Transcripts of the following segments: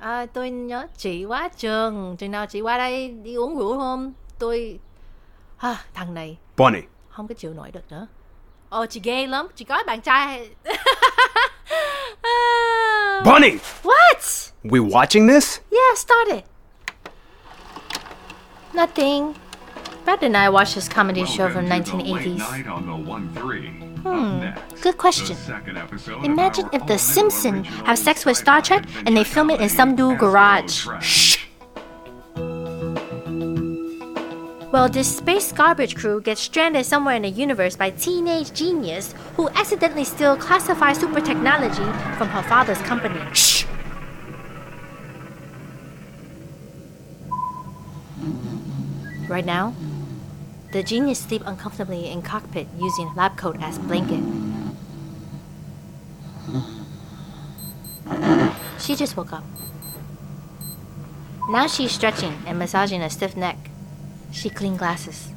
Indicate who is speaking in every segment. Speaker 1: À, tôi nhớ chị quá chừng. Chừng nào chị qua đây đi uống rượu không? Tôi... À, thằng này
Speaker 2: Bonnie,
Speaker 1: không có chịu nổi được nữa. Ồ, chị ghê lắm. Chị có bạn trai... À,
Speaker 2: Bonnie,
Speaker 1: What?
Speaker 2: we watching this?
Speaker 1: Yeah, start it. Nothing. Brad and I watched this comedy show from 1980s.
Speaker 3: Hmm.
Speaker 1: Good question. Imagine if The Simpsons have sex with Star Trek and they film it in some dude garage. Well, this space garbage crew gets stranded somewhere in the universe by teenage genius who accidentally steal classified super technology from her father's company.
Speaker 2: Shh.
Speaker 1: Right now, the genius sleep uncomfortably in cockpit using lab coat as blanket. She just woke up. Now she's stretching and massaging a stiff neck. She cleaned glasses.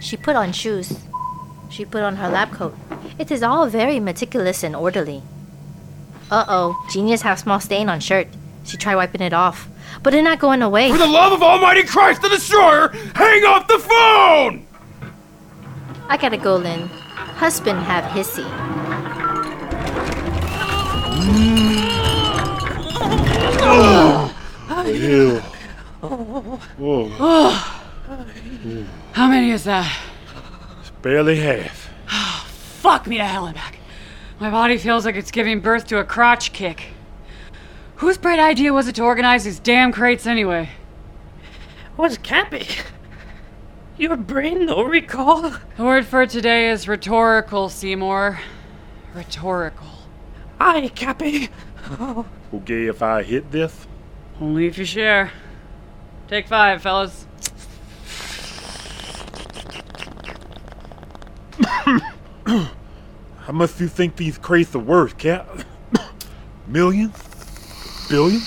Speaker 1: She put on shoes. She put on her lab coat. It is all very meticulous and orderly. Uh oh, genius have small stain on shirt. She tried wiping it off, but it not going away.
Speaker 2: For the love of Almighty Christ the Destroyer, hang up the phone!
Speaker 1: I gotta go, Lynn. Husband have hissy.
Speaker 4: How many is that?
Speaker 5: Barely half.
Speaker 4: Fuck me to hell and back. My body feels like it's giving birth to a crotch kick. Whose bright idea was it to organize these damn crates anyway?
Speaker 6: Was Cappy? Your brain no recall?
Speaker 4: The word for today is rhetorical, Seymour. Rhetorical.
Speaker 6: Aye, Cappy.
Speaker 5: Okay, if I hit this,
Speaker 4: Only if you share. Take five, fellas.
Speaker 5: how much you think these crates are worth, Cap? Millions? Billion?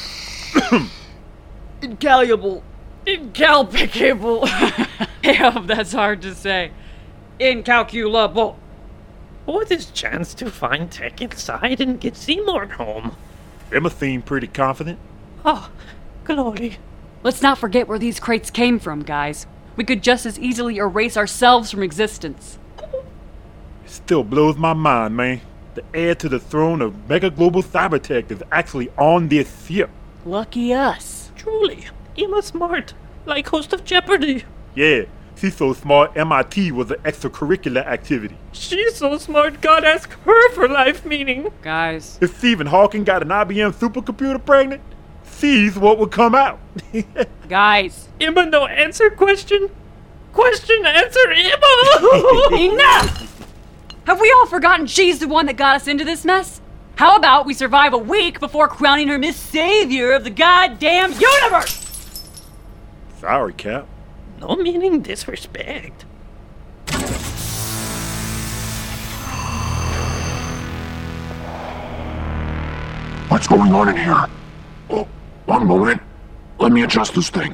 Speaker 4: Incalculable. Incalpicable. I hope that's hard to say. Incalculable.
Speaker 6: What is chance to find Tech inside and get Seymour home?
Speaker 5: Emma seemed pretty confident.
Speaker 6: Oh, glory.
Speaker 4: Let's not forget where these crates came from, guys. We could just as easily erase ourselves from existence.
Speaker 5: It still blows my mind, man. The heir to the throne of Mega Global Cybertech is actually on this ship.
Speaker 4: Lucky us.
Speaker 6: Truly, Emma Smart, like host of Jeopardy.
Speaker 5: Yeah, she's so smart, MIT was an extracurricular activity.
Speaker 6: She's so smart, God ask her for life meaning.
Speaker 4: Guys,
Speaker 5: If Stephen Hawking got an IBM supercomputer pregnant, sees what would come out.
Speaker 4: guys.
Speaker 6: Emma no answer question? Question answer Emma!
Speaker 4: Enough! Have we all forgotten she's the one that got us into this mess? How about we survive a week before crowning her Miss Savior of the goddamn universe?
Speaker 5: Sorry, Cap.
Speaker 6: no meaning disrespect.
Speaker 7: What's going on in here? Oh, one moment. Let me adjust this thing.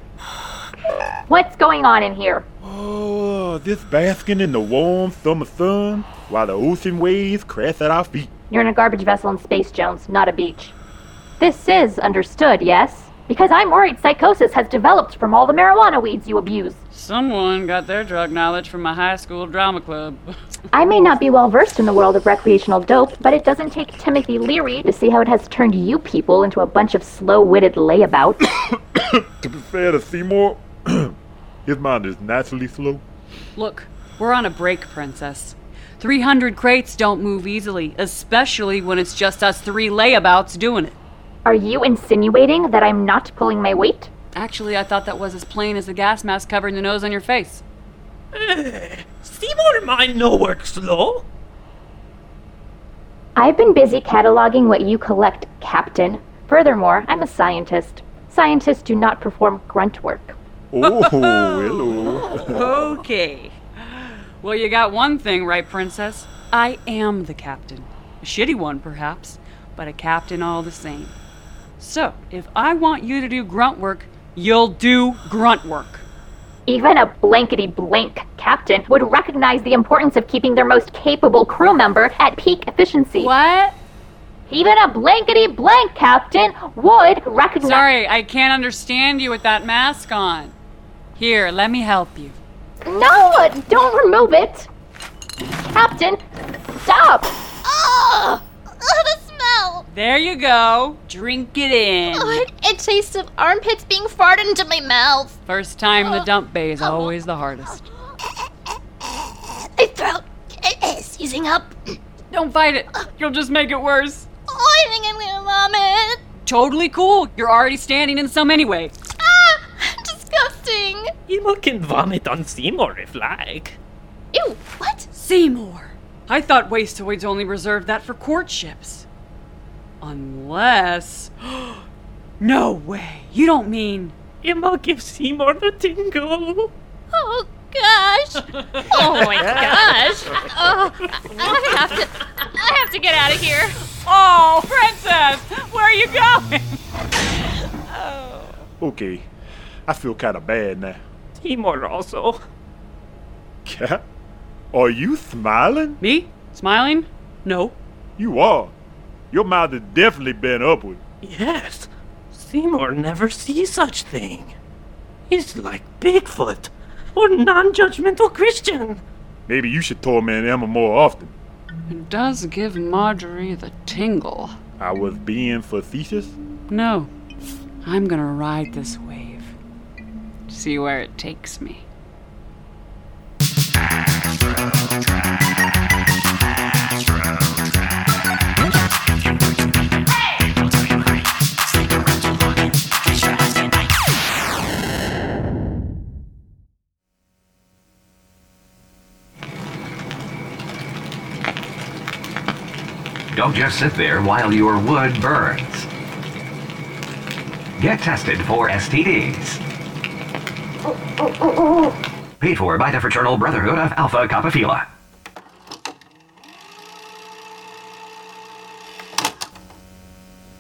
Speaker 8: What's going on in here?
Speaker 5: Oh, this basking in the warm summer sun while the ocean waves crash at our feet.
Speaker 8: You're in a garbage vessel in space, Jones, not a beach. This is understood, yes? Because I'm worried psychosis has developed from all the marijuana weeds you abuse.
Speaker 4: Someone got their drug knowledge from my high school drama club.
Speaker 8: I may not be well versed in the world of recreational dope, but it doesn't take Timothy Leary to see how it has turned you people into a bunch of slow witted layabouts.
Speaker 5: To be fair to Seymour, his mind is naturally slow.
Speaker 4: Look, we're on a break, Princess. 300 crates don't move easily, especially when it's just us three layabouts doing it.
Speaker 8: Are you insinuating that I'm not pulling my weight?
Speaker 4: Actually, I thought that was as plain as the gas mask covering the nose on your face.
Speaker 6: Eh, Seymour mine no work slow.
Speaker 8: I've been busy cataloging what you collect, Captain. Furthermore, I'm a scientist. Scientists do not perform grunt work.
Speaker 5: Oh, hello.
Speaker 4: Okay. Well, you got one thing right, Princess. I am the captain. A shitty one, perhaps, but a captain all the same. So, if I want you to do grunt work, you'll do grunt work.
Speaker 8: Even a blankety blank captain would recognize the importance of keeping their most capable crew member at peak efficiency.
Speaker 4: What?
Speaker 9: Even a blankety blank captain would recognize.
Speaker 4: Sorry, I can't understand you with that mask on. Here, let me help you.
Speaker 9: No, don't remove it. Captain, stop.
Speaker 8: Ugh! Ugh, the smell!
Speaker 4: There you go. Drink it in.
Speaker 8: Ugh, it tastes of armpits being farted into my mouth.
Speaker 4: First time in the dump bay is always the hardest.
Speaker 8: My throat is seizing up.
Speaker 4: Don't fight it. You'll just make it worse.
Speaker 8: Oh, I think I'm gonna vomit.
Speaker 4: Totally cool. You're already standing in some anyway.
Speaker 8: Ah, disgusting.
Speaker 6: Emo can vomit on Seymour if like.
Speaker 8: Ew, what?
Speaker 4: Seymour. I thought wasteoids only reserved that for courtships. Unless. no way. You don't mean.
Speaker 6: Emo gives Seymour the tingle.
Speaker 8: Oh gosh. Oh my gosh. Oh, I have to. I have to get out of here.
Speaker 4: Oh, Princess! Where are you going?
Speaker 5: Okay, I feel kinda bad now.
Speaker 6: Seymour also.
Speaker 5: Cat, are you smiling?
Speaker 4: Me? Smiling? No.
Speaker 5: You are. Your mouth is definitely bent upward.
Speaker 6: Yes. Seymour never sees such thing. He's like Bigfoot or non-judgmental Christian.
Speaker 5: Maybe you should torment Emma more often.
Speaker 4: It does give Marjorie the tingle.
Speaker 5: I was being facetious.
Speaker 4: No. I'm gonna ride this wave. See where it takes me.
Speaker 3: Don't just sit there while your wood burns. Get tested for STDs. Paid for by the Fraternal Brotherhood of Alpha Kappa Phi.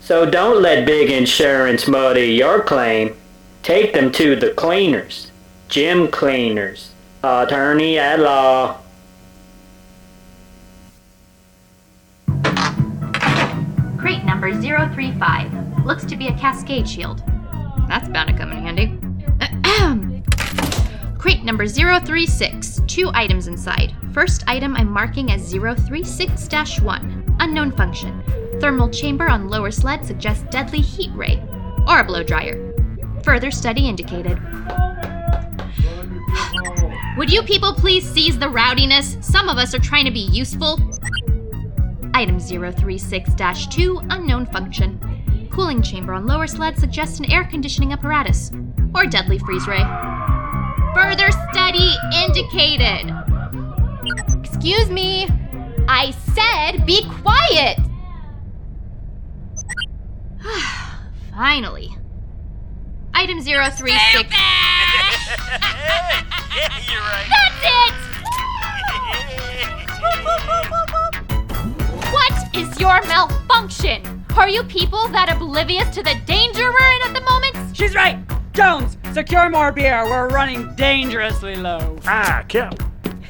Speaker 10: So don't let big insurance muddy your claim. Take them to the cleaners, gym cleaners, attorney at law.
Speaker 9: Crate number 035. Looks to be a cascade shield.
Speaker 8: That's bound to come in handy. Ahem. Crate number 036. Two items inside. First item I'm marking as 036 1. Unknown function. Thermal chamber on lower sled suggests deadly heat ray. Or a blow dryer. Further study indicated.
Speaker 9: Would you people please cease the rowdiness? Some of us are trying to be useful.
Speaker 8: Item 036 2, unknown function. Cooling chamber on lower sled suggests an air conditioning apparatus or deadly freeze ray.
Speaker 9: Further study indicated.
Speaker 8: Excuse me. I said be quiet. Finally.
Speaker 9: Item 036.
Speaker 8: That's it! what is your malfunction? Are you people that oblivious to the danger we're in at the moment?
Speaker 4: She's right! Jones, secure more beer. We're running dangerously low.
Speaker 5: Ah, Cap.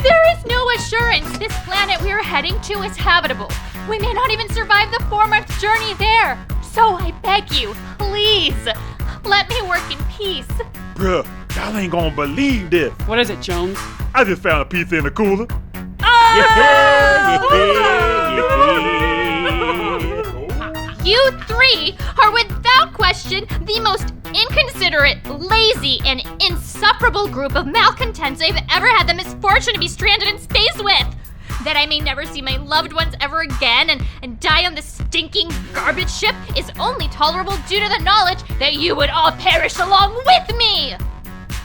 Speaker 8: There is no assurance this planet we are heading to is habitable. We may not even survive the four month journey there. So I beg you, please, let me work in peace.
Speaker 5: Bruh, y'all ain't gonna believe this.
Speaker 4: What is it, Jones?
Speaker 5: I just found a pizza in the cooler.
Speaker 8: You three are without question the most inconsiderate, lazy, and insufferable group of malcontents I've ever had the misfortune to be stranded in space with. That I may never see my loved ones ever again and, and die on this stinking garbage ship is only tolerable due to the knowledge that you would all perish along with me!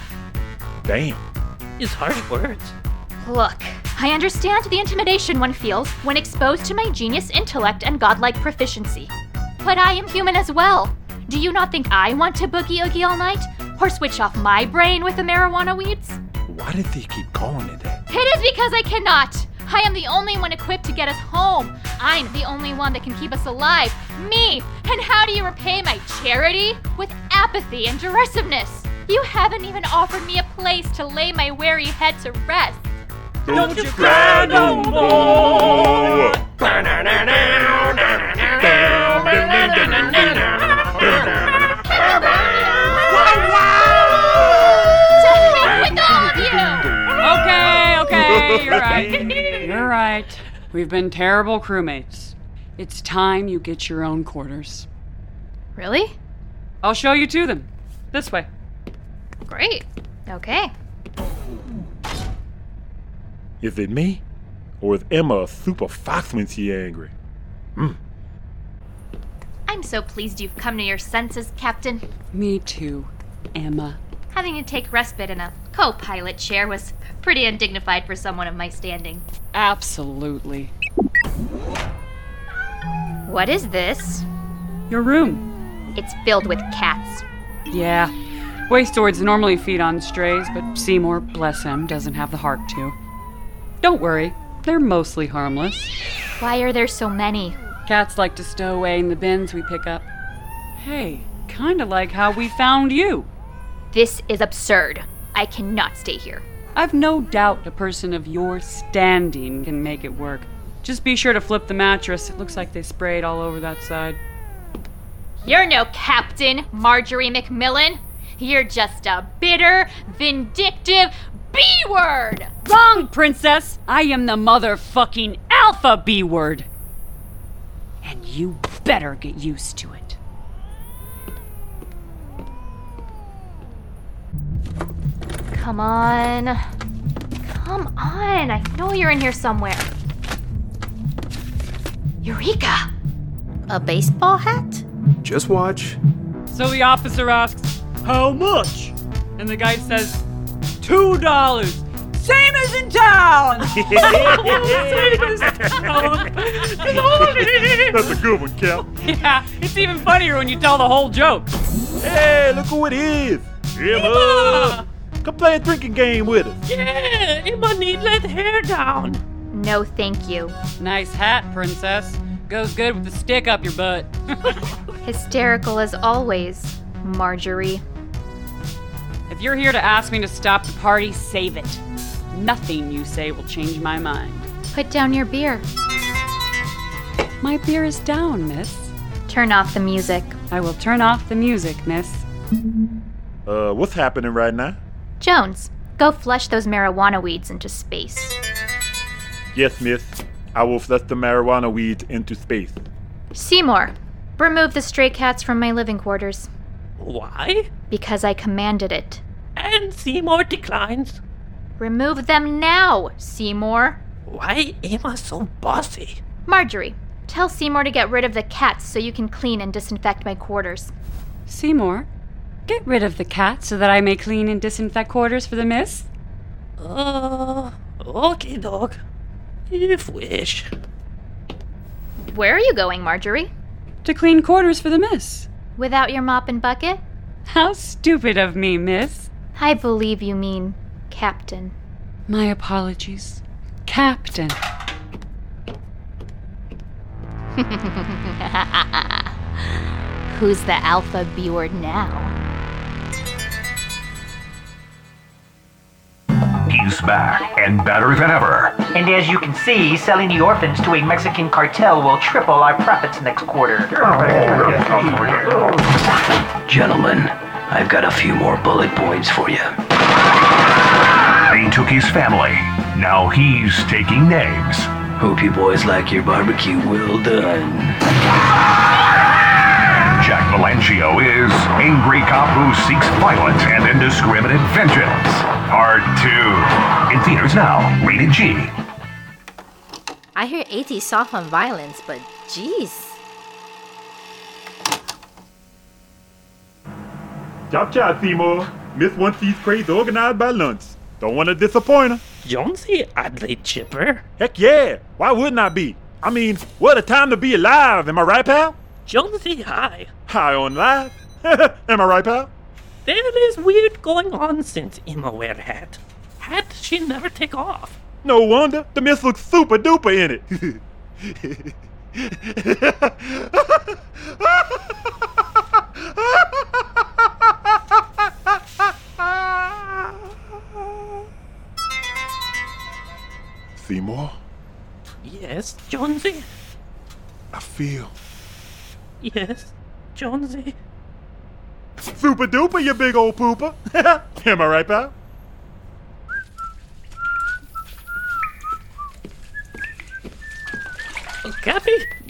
Speaker 5: Damn.
Speaker 6: It's harsh words.
Speaker 8: Look, I understand the intimidation one feels when exposed to my genius intellect and godlike proficiency. But I am human as well. Do you not think I want to boogie oogie all night? Or switch off my brain with the marijuana weeds?
Speaker 5: Why did they keep calling it that?
Speaker 8: It is because I cannot. I am the only one equipped to get us home. I'm the only one that can keep us alive. Me! And how do you repay my charity? With apathy and derisiveness. You haven't even offered me a place to lay my weary head to rest.
Speaker 5: Don't you cry no more.
Speaker 4: We've been terrible crewmates. It's time you get your own quarters.
Speaker 8: Really?
Speaker 4: I'll show you to them. This way.
Speaker 8: Great. Okay.
Speaker 5: Is it me? Or is Emma a super fox when she angry?
Speaker 8: I'm so pleased you've come to your senses, Captain.
Speaker 4: Me too, Emma.
Speaker 8: Having to take respite in a co pilot chair was pretty undignified for someone of my standing.
Speaker 4: Absolutely.
Speaker 8: What is this?
Speaker 4: Your room.
Speaker 8: It's filled with cats.
Speaker 4: Yeah. Wasteoids normally feed on strays, but Seymour, bless him, doesn't have the heart to. Don't worry, they're mostly harmless.
Speaker 8: Why are there so many?
Speaker 4: Cats like to stow away in the bins we pick up. Hey, kinda like how we found you.
Speaker 8: This is absurd. I cannot stay here.
Speaker 4: I've no doubt a person of your standing can make it work. Just be sure to flip the mattress. It looks like they sprayed all over that side.
Speaker 8: You're no captain, Marjorie McMillan. You're just a bitter, vindictive B word!
Speaker 4: Wrong, princess! I am the motherfucking alpha B word! And you better get used to it.
Speaker 8: Come on. Come on. I know you're in here somewhere. Eureka!
Speaker 1: A baseball hat?
Speaker 11: Just watch.
Speaker 4: So the officer asks, How much? And the guy says, Two dollars. Same as in town! Same as in town. It's all it is.
Speaker 5: That's a good one, Cap.
Speaker 4: Yeah, it's even funnier when you tell the whole joke.
Speaker 5: Hey, look who it is! Emma! Come play a drinking game with us.
Speaker 6: Yeah, Emma need let hair down.
Speaker 8: No, thank you.
Speaker 4: Nice hat, princess. Goes good with the stick up your butt.
Speaker 8: Hysterical as always, Marjorie.
Speaker 4: if you're here to ask me to stop the party, save it. Nothing you say will change my mind.
Speaker 8: Put down your beer.
Speaker 4: My beer is down, miss.
Speaker 8: Turn off the music.
Speaker 4: I will turn off the music, miss.
Speaker 5: Uh, what's happening right now?
Speaker 8: Jones, go flush those marijuana weeds into space.
Speaker 5: Yes, miss. I will flush the marijuana weeds into space.
Speaker 8: Seymour, remove the stray cats from my living quarters
Speaker 6: Why?
Speaker 8: because I commanded it.
Speaker 6: And Seymour declines.
Speaker 8: Remove them now, Seymour.
Speaker 6: Why Emma so bossy?
Speaker 8: Marjorie, tell Seymour to get rid of the cats so you can clean and disinfect my quarters.
Speaker 4: Seymour, get rid of the cat so that I may clean and disinfect quarters for the miss.
Speaker 6: Uh, okay, dog. If wish.
Speaker 8: Where are you going, Marjorie?
Speaker 4: To clean quarters for the miss.
Speaker 8: Without your mop and bucket?
Speaker 4: How stupid of me, miss.
Speaker 8: I believe you mean Captain.
Speaker 4: My apologies. Captain.
Speaker 1: Who's the alpha B word now?
Speaker 3: He's back and better than ever.
Speaker 12: And as you can see, selling the orphans to a Mexican cartel will triple our profits next quarter.
Speaker 3: Gentlemen, I've got a few more bullet points for you. They took his family. Now he's taking names. Hope you boys like your barbecue well done. Jack Valancio is angry cop who seeks violence and indiscriminate vengeance. Part 2. In theaters now. Rated G.
Speaker 1: I hear 80 soft on violence, but jeez.
Speaker 5: Chop chop, Seymour. Miss wants these crates organized by lunch. Don't want to disappoint her.
Speaker 6: Jonesy oddly chipper.
Speaker 5: Heck yeah. Why wouldn't I be? I mean, what a time to be alive. Am I right, pal?
Speaker 6: Jonesy high.
Speaker 5: High on life. Am I right, pal?
Speaker 6: There is weird going on since Emma wear hat. Hat she never take off.
Speaker 5: No wonder. The miss looks super duper in it. Seymour,
Speaker 6: Yes, Jonesy.
Speaker 5: I feel
Speaker 6: Yes, Jonesy.
Speaker 5: super duper, you big old pooper. Am I right, pal?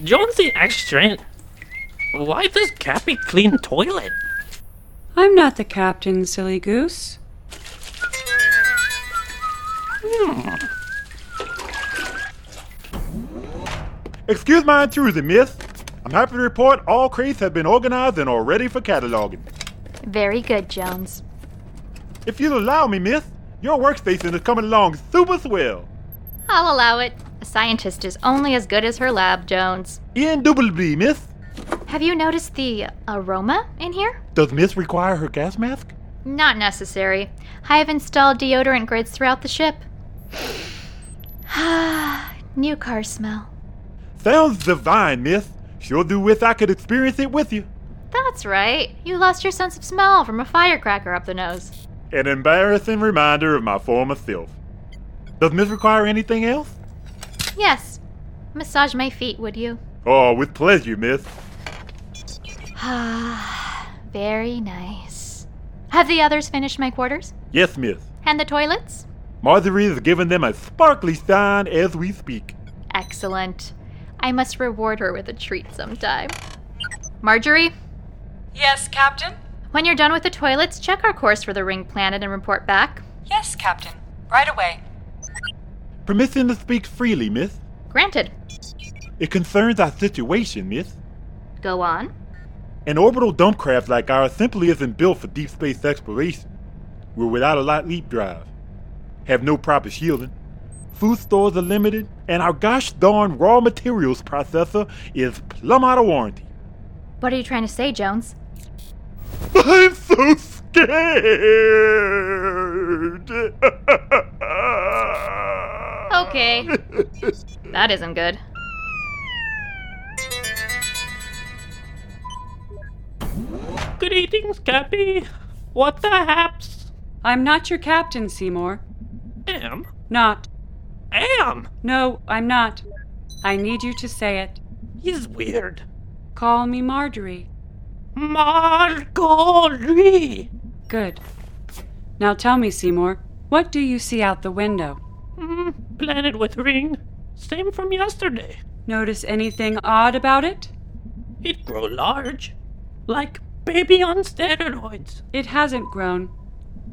Speaker 6: Jones the extra. Why does Cappy clean toilet?
Speaker 4: I'm not the captain, silly goose.
Speaker 5: Excuse my intrusion, miss. I'm happy to report all crates have been organized and are ready for cataloging.
Speaker 11: Very good, Jones.
Speaker 5: If you'll allow me, miss, your workstation is coming along super swell.
Speaker 11: I'll allow it. A scientist is only as good as her lab, Jones.
Speaker 5: E Indubitably, miss.
Speaker 11: Have you noticed the aroma in here?
Speaker 5: Does miss require her gas mask?
Speaker 11: Not necessary. I have installed deodorant grids throughout the ship. New car smell.
Speaker 5: Sounds divine, miss. Sure do wish I could experience it with you.
Speaker 11: That's right. You lost your sense of smell from a firecracker up the nose.
Speaker 5: An embarrassing reminder of my former self. Does miss require anything else?
Speaker 11: Yes. Massage my feet, would you?
Speaker 5: Oh, with pleasure, miss.
Speaker 11: Ah, very nice. Have the others finished my quarters?
Speaker 5: Yes, miss.
Speaker 11: And the toilets?
Speaker 5: Marjorie is giving them a sparkly sign as we speak.
Speaker 11: Excellent. I must reward her with a treat sometime. Marjorie,
Speaker 13: Yes, Captain?
Speaker 11: when you're done with the toilets, check our course for the ring planet and report back.
Speaker 13: Yes, Captain. Right away.
Speaker 5: Permission to speak freely, miss.
Speaker 11: Granted.
Speaker 5: It concerns our situation, miss.
Speaker 11: Go on.
Speaker 5: An orbital dump craft like ours simply isn't built for deep space exploration. We're without a light leap drive, have no proper shielding, food stores are limited, and our gosh darn raw materials processor is plumb out of warranty.
Speaker 11: What are you trying to say, Jones?
Speaker 5: I'm so scared!
Speaker 11: Okay. that isn't good.
Speaker 6: Greetings, Cappy. What the haps?
Speaker 4: I'm not your captain, Seymour.
Speaker 6: Am?
Speaker 4: Not.
Speaker 6: Am?
Speaker 4: No, I'm not. I need you to say it.
Speaker 6: He's weird.
Speaker 4: Call me Marjorie.
Speaker 6: Marjorie!
Speaker 4: Good. Now tell me, Seymour, what do you see out the window?
Speaker 6: Hmm, planet with ring. Same from yesterday.
Speaker 4: Notice anything odd about it?
Speaker 6: It grow large. Like baby on steroids.
Speaker 4: It hasn't grown.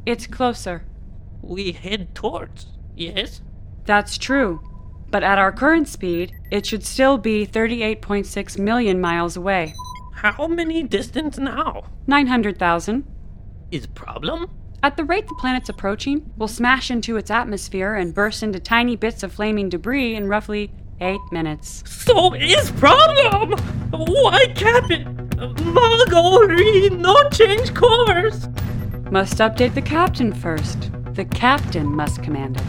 Speaker 4: It's closer.
Speaker 6: We head towards. Yes?
Speaker 4: That's true. But at our current speed, it should still be 38.6 million miles away.
Speaker 6: How many distance now?
Speaker 4: 900,000.
Speaker 6: Is problem?
Speaker 4: At the rate the planet's approaching, we'll smash into its atmosphere and burst into tiny bits of flaming debris in roughly 8 minutes.
Speaker 6: So is problem! Why can't it? Marjorie, no change course!
Speaker 4: Must update the captain first. The captain must command it.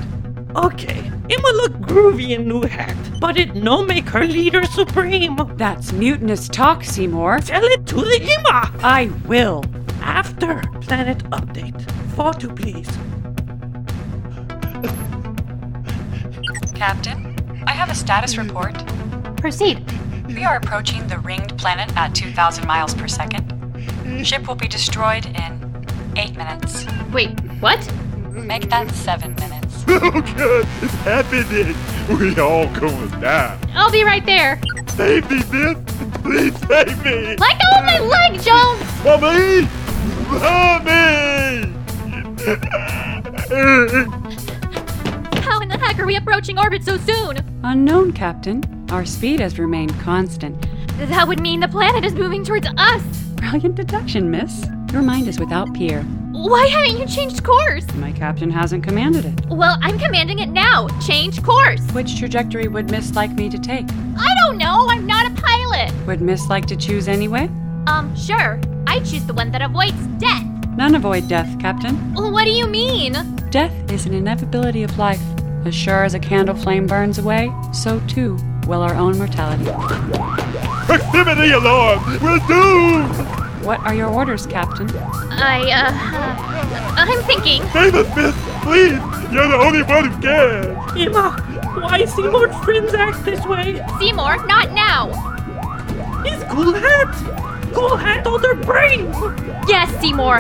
Speaker 6: Okay, Emma look groovy in new hat, but it no make her leader supreme.
Speaker 4: That's mutinous talk, Seymour.
Speaker 6: Tell it to the Emma!
Speaker 4: I will.
Speaker 6: After planet update. Photo please.
Speaker 13: Captain, I have a status report.
Speaker 11: Proceed.
Speaker 13: We are approaching the ringed planet at 2,000 miles per second. Ship will be destroyed in 8 minutes.
Speaker 11: Wait, what?
Speaker 13: Make that 7 minutes.
Speaker 5: oh god, it's happening! We all going down.
Speaker 11: I'll be right there.
Speaker 5: Save me, miss! Please save me!
Speaker 11: Let go of oh, my leg, Jones!
Speaker 5: Mommy! Mommy!
Speaker 8: How in the heck are we approaching orbit so soon?
Speaker 4: Unknown, Captain. Our speed has remained constant.
Speaker 8: That would mean the planet is moving towards us.
Speaker 4: Brilliant deduction, miss. Your mind is without peer.
Speaker 8: Why haven't you changed course?
Speaker 4: My captain hasn't commanded it.
Speaker 8: Well, I'm commanding it now. Change course.
Speaker 4: Which trajectory would Miss like me to take?
Speaker 8: I don't know. I'm not a pilot.
Speaker 4: Would Miss like to choose anyway?
Speaker 8: Um, sure. I choose the one that avoids death.
Speaker 4: None avoid death, Captain.
Speaker 8: What do you mean?
Speaker 4: Death is an inevitability of life. As sure as a candle flame burns away, so too will our own mortality.
Speaker 5: Proximity alarm! We're doomed!
Speaker 4: What are your orders, Captain?
Speaker 8: I, uh, I'm thinking.
Speaker 5: Save us, miss! Please! You're the only one who can!
Speaker 6: Emma, why Seymour's friends act this way?
Speaker 8: Seymour, not now.
Speaker 6: His cool hat! Cool hat on their brain!
Speaker 8: Yes, Seymour.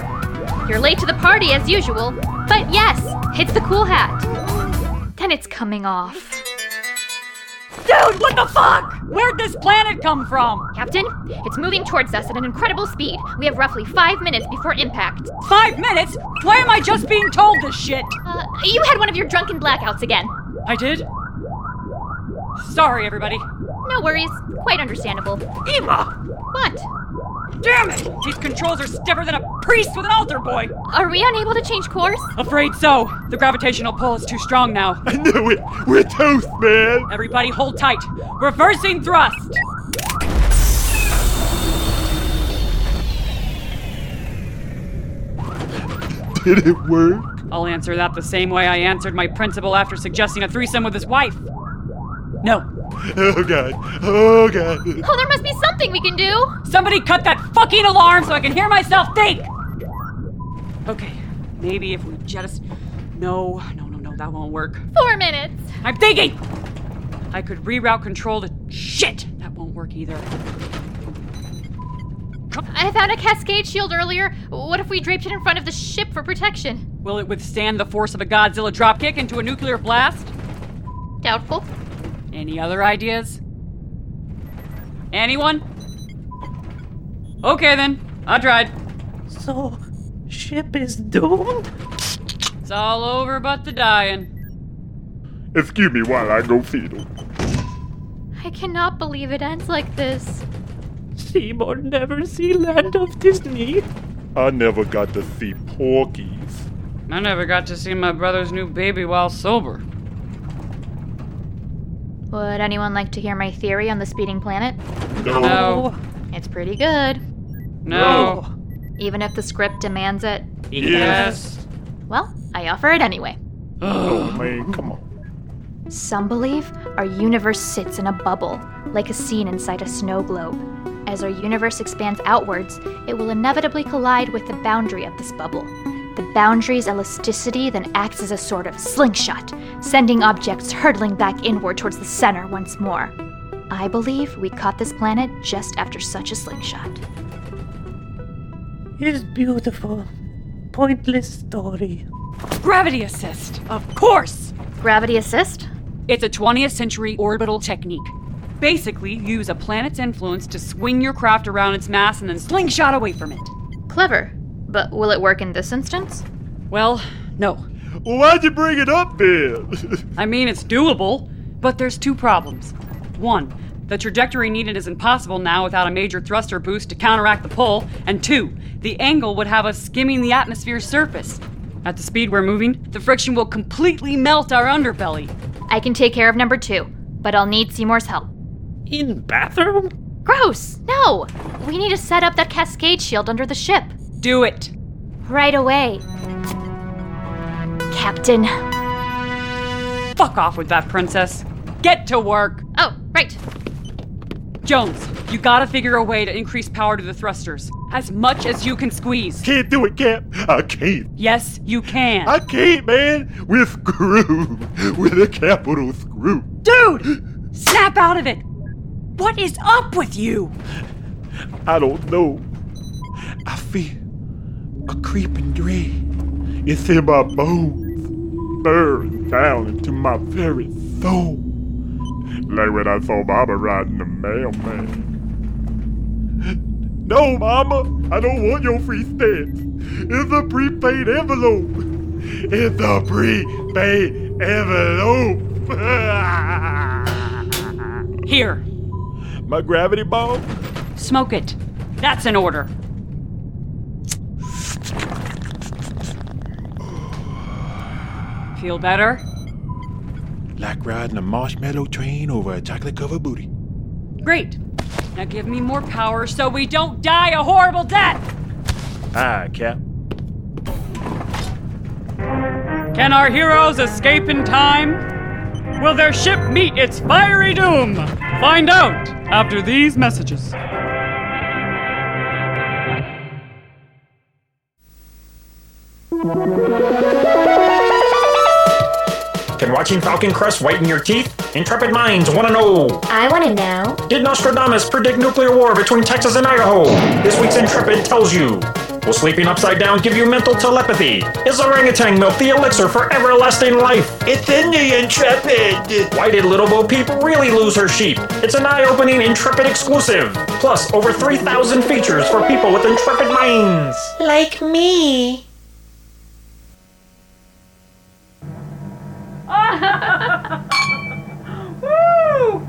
Speaker 8: You're late to the party as usual, but yes, it's the cool hat.
Speaker 11: Then it's coming off.
Speaker 4: Dude, what the fuck? Where'd this planet come from?
Speaker 8: Captain, it's moving towards us at an incredible speed. We have roughly five minutes before impact.
Speaker 4: Five minutes? Why am I just being told this shit?
Speaker 8: Uh, you had one of your drunken blackouts again.
Speaker 4: I did? Sorry, everybody.
Speaker 8: No worries. Quite understandable.
Speaker 6: Emma!
Speaker 8: What?
Speaker 4: Damn it! These controls are stiffer than a priest with an altar boy!
Speaker 8: Are we unable to change course?
Speaker 4: Afraid so. The gravitational pull is too strong now.
Speaker 5: I knew it! We're toast, man!
Speaker 4: Everybody hold tight. Reversing thrust!
Speaker 5: Did it work?
Speaker 4: I'll answer that the same way I answered my principal after suggesting a threesome with his wife. No.
Speaker 5: Oh god. Oh god.
Speaker 8: Oh, there must be something we can do!
Speaker 4: Somebody cut that fucking alarm so I can hear myself think! Okay, maybe if we jettison. No, no, no, no, that won't work.
Speaker 8: Four minutes!
Speaker 4: I'm thinking! I could reroute control to. Shit! That won't work either.
Speaker 8: I found a cascade shield earlier. What if we draped it in front of the ship for protection?
Speaker 4: Will it withstand the force of a Godzilla dropkick into a nuclear blast?
Speaker 8: Doubtful.
Speaker 4: Any other ideas? Anyone? Okay then, I tried.
Speaker 6: So, ship is doomed?
Speaker 4: It's all over but the dying.
Speaker 5: Excuse me while I go fetal.
Speaker 8: I cannot believe it ends like this.
Speaker 6: Seymour never see land of Disney.
Speaker 5: I never got to see Porkies.
Speaker 4: I never got to see my brother's new baby while sober.
Speaker 11: Would anyone like to hear my theory on the speeding planet?
Speaker 5: No.
Speaker 4: No.
Speaker 11: It's pretty good.
Speaker 4: No.
Speaker 11: Even if the script demands it.
Speaker 4: Yes.
Speaker 11: Well, I offer it anyway.
Speaker 5: Oh man, come on.
Speaker 11: Some believe our universe sits in a bubble, like a scene inside a snow globe. As our universe expands outwards, it will inevitably collide with the boundary of this bubble. The boundary's elasticity then acts as a sort of slingshot, sending objects hurtling back inward towards the center once more. I believe we caught this planet just after such a slingshot.
Speaker 6: His beautiful, pointless story.
Speaker 4: Gravity assist, of course!
Speaker 11: Gravity assist?
Speaker 4: It's a 20th century orbital technique. Basically, use a planet's influence to swing your craft around its mass and then slingshot away from it.
Speaker 11: Clever. But will it work in this instance?
Speaker 4: Well, no.
Speaker 5: Well, why'd you bring it up then?
Speaker 4: I mean, it's doable, but there's two problems. One, the trajectory needed is impossible now without a major thruster boost to counteract the pull, and two, the angle would have us skimming the atmosphere's surface. At the speed we're moving, the friction will completely melt our underbelly.
Speaker 11: I can take care of number two, but I'll need Seymour's help.
Speaker 6: In bathroom?
Speaker 11: Gross! No! We need to set up that cascade shield under the ship.
Speaker 4: Do it.
Speaker 11: Right away. Captain.
Speaker 4: Fuck off with that, princess. Get to work.
Speaker 8: Oh, right.
Speaker 4: Jones, you gotta figure a way to increase power to the thrusters. As much as you can squeeze.
Speaker 5: Can't do it, Cap. I can't.
Speaker 4: Yes, you can.
Speaker 5: I can't, man. We're screwed. We're the capital screw.
Speaker 4: Dude! Snap out of it! What is up with you?
Speaker 5: I don't know. I feel a creeping dread. It's in my bones, burrowing down into my very soul. Like when I saw Mama riding the mailman. No, Mama, I don't want your free stamps. It's a prepaid envelope. It's a prepaid envelope.
Speaker 4: Here,
Speaker 5: my gravity ball?
Speaker 4: smoke it. That's an order. Feel better?
Speaker 5: Like riding a marshmallow train over a chocolate covered booty.
Speaker 4: Great. Now give me more power so we don't die a horrible death!
Speaker 5: Ah, Cap.
Speaker 4: Can our heroes escape in time? Will their ship meet its fiery doom? Find out after these messages.
Speaker 14: Can watching Falcon Crest whiten your teeth? Intrepid minds want to know.
Speaker 15: I want to know.
Speaker 14: Did Nostradamus predict nuclear war between Texas and Idaho? This week's Intrepid tells you. Will sleeping upside down give you mental telepathy? Is orangutan milk the elixir for everlasting life? It's in the Intrepid! Why did Little Bo Peep really lose her sheep? It's an eye opening Intrepid exclusive! Plus, over 3,000 features for people with intrepid minds!
Speaker 6: Like me.
Speaker 4: Woo!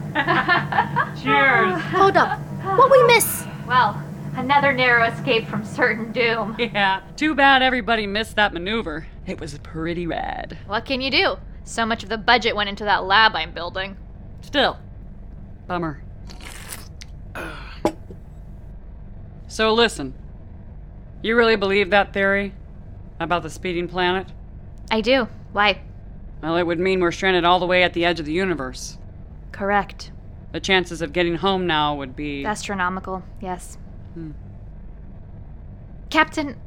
Speaker 4: Cheers.
Speaker 1: Hold up. What we miss?
Speaker 16: Well, another narrow escape from certain doom.
Speaker 4: Yeah. Too bad everybody missed that maneuver. It was pretty rad.
Speaker 16: What can you do? So much of the budget went into that lab I'm building.
Speaker 4: Still, bummer. So listen, you really believe that theory about the speeding planet?
Speaker 8: I do. Why?
Speaker 4: Well, it would mean we're stranded all the way at the edge of the universe.
Speaker 8: Correct.
Speaker 4: The chances of getting home now would be.
Speaker 8: Astronomical, yes.
Speaker 4: Hmm.
Speaker 8: Captain,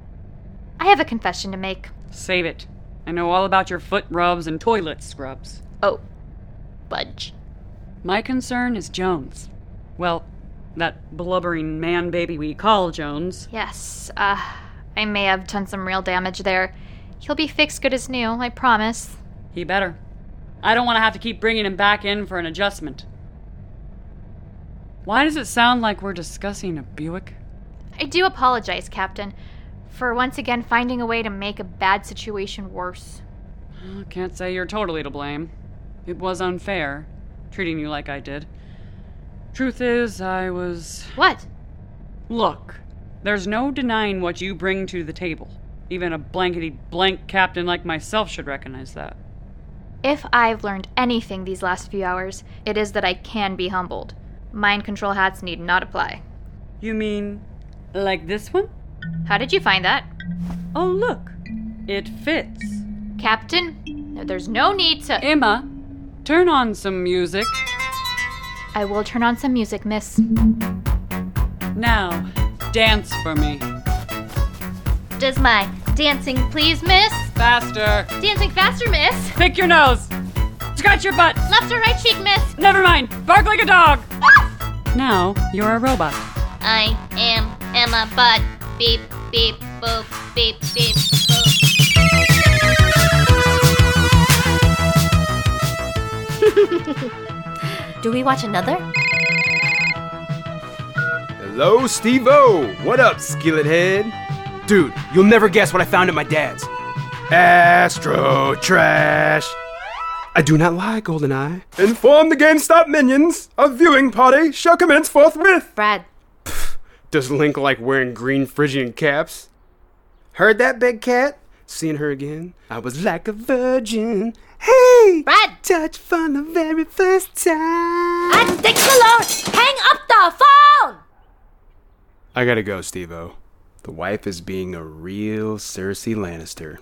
Speaker 8: I have a confession to make.
Speaker 4: Save it. I know all about your foot rubs and toilet scrubs.
Speaker 8: Oh, budge.
Speaker 4: My concern is Jones. Well, that blubbering man baby we call Jones.
Speaker 8: Yes, uh, I may have done some real damage there. He'll be fixed good as new, I promise.
Speaker 4: He better. I don't want to have to keep bringing him back in for an adjustment. Why does it sound like we're discussing a Buick?
Speaker 8: I do apologize, Captain, for once again finding a way to make a bad situation worse.
Speaker 4: Uh, Can't say you're totally to blame. It was unfair, treating you like I did. Truth is, I was.
Speaker 8: What?
Speaker 4: Look, there's no denying what you bring to the table. Even a blankety blank captain like myself should recognize that.
Speaker 8: If I've learned anything these last few hours, it is that I can be humbled. Mind control hats need not apply.
Speaker 4: You mean like this one?
Speaker 8: How did you find that?
Speaker 4: Oh, look. It fits.
Speaker 8: Captain, there's no need to.
Speaker 4: Emma, turn on some music.
Speaker 8: I will turn on some music, miss.
Speaker 4: Now, dance for me.
Speaker 16: Does my dancing please, miss?
Speaker 4: Faster.
Speaker 16: Dancing faster, miss.
Speaker 4: Pick your nose. Scratch your butt.
Speaker 16: Left or right cheek, miss. Ah!
Speaker 4: Never mind. Bark like a dog. Now you're a robot.
Speaker 16: I am Emma Butt. Beep, beep, boop, beep, beep, boop.
Speaker 1: Do we watch another?
Speaker 2: Hello, Steve O. What up, skillet head? Dude, you'll never guess what I found at my dad's. Astro trash. I do not lie, Goldeneye. Inform the GameStop minions a viewing party shall commence forthwith.
Speaker 1: Brad.
Speaker 2: Does Link like wearing green Phrygian caps? Heard that, big cat? Seeing her again, I was like a virgin. Hey!
Speaker 1: Brad!
Speaker 2: Touch for the very first time.
Speaker 6: And Dick Malone, hang up the phone!
Speaker 2: I gotta go, Steve O. The wife is being a real Cersei Lannister.